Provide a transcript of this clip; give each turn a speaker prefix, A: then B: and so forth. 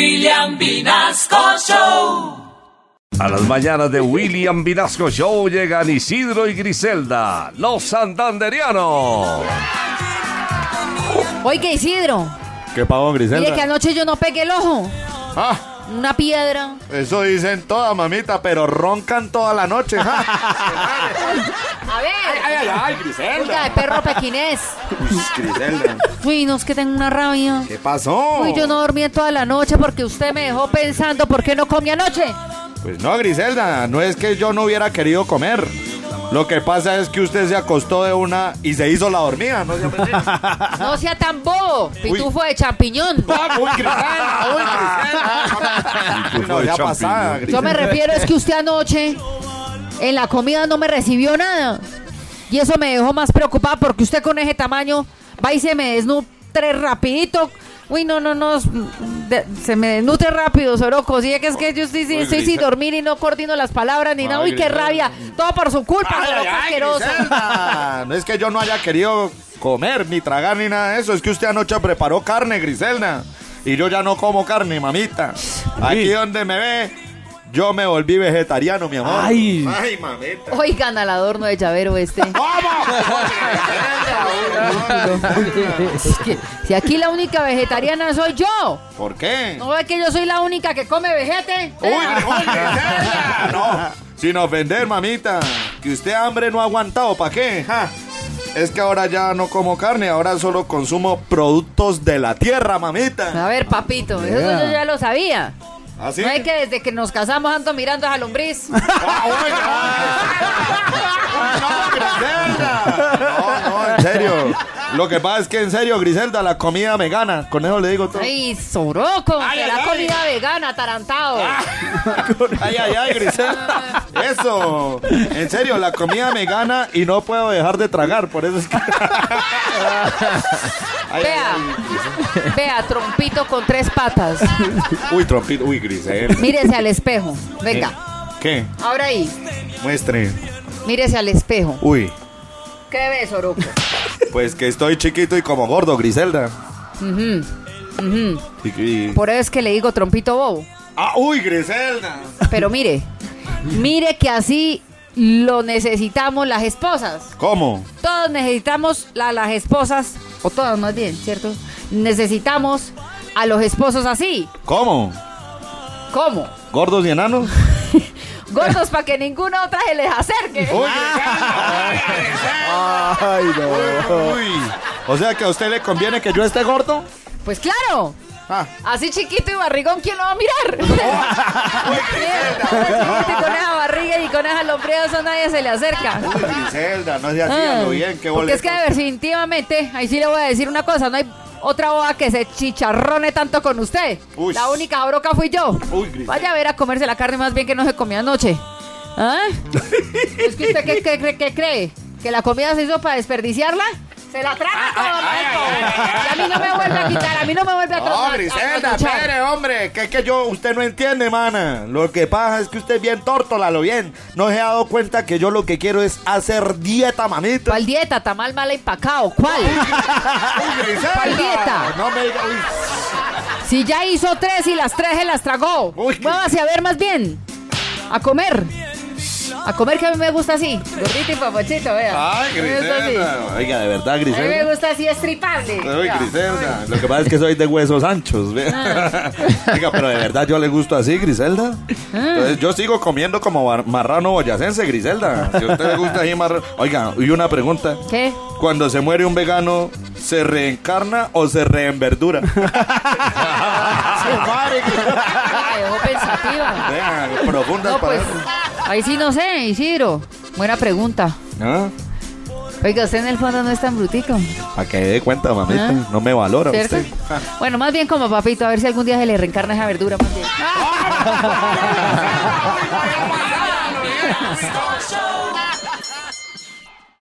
A: William Vinasco Show.
B: A las mañanas de William Vinasco Show llegan Isidro y Griselda, los santanderianos.
C: Oiga, Isidro,
D: ¿Qué pavón,
C: mire que
D: Griselda?
C: anoche yo no pegué el ojo.
D: Ah,
C: Una piedra.
D: eso dicen todas, mamita, pero roncan toda la noche. ja.
C: A ver. Oiga, de perro pequinés.
D: Uy, Griselda,
C: Uy, no, es que tengo una rabia.
D: ¿qué pasó?
C: Uy, yo no dormí en toda la noche porque usted me dejó pensando por qué no comí anoche.
D: Pues no, Griselda, no es que yo no hubiera querido comer. Lo que pasa es que usted se acostó de una y se hizo la dormida. No se
C: No sea tan bobo. Pitufo de champiñón.
D: Ah, uy, Griselda, uy, Griselda. Uy, Ah. No,
B: de
D: ya
B: champiñón.
D: pasada,
C: Yo me
D: Griselda.
C: refiero es que usted anoche en la comida no me recibió nada. Y eso me dejó más preocupada porque usted con ese tamaño va y se me desnutre rapidito. Uy, no, no, no. es- de- se me desnutre rápido, Soroco. Sí, es que es que yo estoy, sin-
D: Uy,
C: estoy sin
D: Griselda.
C: dormir y no coordino las palabras ni nada. Uy, qué
D: Griselda.
C: rabia. Todo por su culpa,
D: Ay,
C: Soroco
D: ay,
C: asqueroso.
D: Griselda, No es que yo no haya querido comer, ni tragar, ni nada de eso. Es que usted anoche preparó carne, Griselda. Y yo ya no como carne, mamita. Aquí donde me ve, yo me volví vegetariano, mi amor.
E: Ay.
D: Ay, mamita.
C: Oigan al adorno de llavero este. Es que si aquí la única vegetariana soy yo.
D: ¿Por qué?
C: ¿No es que yo soy la única que come vejete?
D: Uy, uy, Griselda. No. Sin ofender, mamita. Que usted hambre no ha aguantado, ¿para qué? Ja. Es que ahora ya no como carne, ahora solo consumo productos de la tierra, mamita.
C: A ver, papito, eso
E: Yeah.
C: yo ya lo sabía.
D: Así.
C: No es que desde que nos casamos ando mirando a esa lombriz.
D: Ah, uy, no. Uy, no, Griselda. No, no, en serio. Lo que pasa es que en serio, Griselda, la comida me gana. Con eso le digo todo. Ay,
C: ¡Ay, Soroco!
D: Ay,
C: será
D: ay, Ah. ay.
C: comida vegana, atarantado.
D: ay, ay, Griselda. Eso. En serio, la comida me gana y no puedo dejar de tragar. Por eso es que. Ay,
C: Vea,
D: ay,
C: vea, trompito con tres patas.
D: ay. Uy, trompito. Uy, Griselda.
C: Mírese al espejo. Venga,
D: ¿Qué?
C: ahora ahí,
D: Muestre.
C: mírese al espejo.
D: Uy.
C: ¿Qué ves, Soroco?
D: Pues que estoy chiquito y como gordo, Griselda.
C: Ujú, ujú.
D: Y- y-
C: Por eso es que le digo trompito bobo.
D: Ah, uy, Griselda.
C: Pero mire, mire que así lo necesitamos las esposas.
D: ¿Cómo?
C: Todos necesitamos a las esposas, o todas más bien, ¿cierto? Necesitamos a los esposos así.
D: ¿Cómo?
C: ¿Cómo?
D: ¿Gordos y enanos?
C: Gordos para que ninguna otra se les acerque.
D: Ay, no. O sea que a usted le conviene que yo esté gordo.
C: Pues claro,
D: Ah.
C: así chiquito y barrigón, ¿quién lo va a mirar? Chiquito y con esa barriga y con esas lombreos a nadie se le acerca.
D: Griselda, no se
C: Ah,
D: hacía lo bien, qué
C: porque
D: boleto.
C: es que definitivamente, ahí sí le voy a decir una cosa, no hay otra boda que se chicharrone tanto con usted.
D: Uy.
C: La única broca fui yo.
D: Uy, Griselda.
C: Vaya a ver a comerse la carne más bien que no se comió anoche. ¿Ah? ¿Es que usted qué, qué cree- qué cree? ¿Que la comida se hizo para desperdiciarla? Se la
D: Ah,
C: traga todo el resto. Y a mí no me vuelve a quitar, a mí no me vuelve a tra- a-
D: No,
C: a- a
D: ah, Oh, Griselda,
C: trasnochar.
D: espere, hombre, que es que yo, usted no entiende, mana. Lo que pasa es que usted es bien tórtola, lo bien. No se ha dado cuenta que yo lo que quiero es hacer dieta, mamita.
C: ¿Cuál dieta? ¿Tamal mal empacado? ¿Cuál?
D: Uy, Griselda.
C: ¿Cuál dieta?
D: No me diga, uy.
C: Si ya hizo tres y las tres se las tragó.
D: Uy, qué-
C: Muévase a ver más bien. A comer. A comer que a mí me gusta así. Gordito y papochito, vea.
D: Ay,
C: A mí me gusta así.
D: Griselda. Oiga, de verdad,
C: A mí me
D: Griselda.
C: gusta así estripable.
D: Soy
C: vea.
D: Griselda. Lo que pasa es que soy de huesos anchos. ve.
C: Ah.
D: Oiga, pero de verdad yo le gusto así, Griselda. Entonces yo sigo comiendo como bar- marrano boyacense, Griselda. Si a usted le gusta ahí marrano. Oiga, y una pregunta.
C: ¿Qué?
D: Cuando se muere un vegano, ¿se reencarna o se reenverdura?
C: Ah, dejó pensativa.
D: Vean, profundas
C: No, pues.
D: palabras.
C: Ahí sí no sé, Isidro. Buena pregunta.
D: ¿Ah?
C: Oiga, usted en el fondo no es tan brutico,
D: Para que dé cuenta, mamita.
C: Ah.
D: No me valora
C: ¿cierto?
D: usted.
C: Bueno, más bien como papito, a ver si algún día se le reencarna esa verdura. Más bien.
A: Vinasco Show.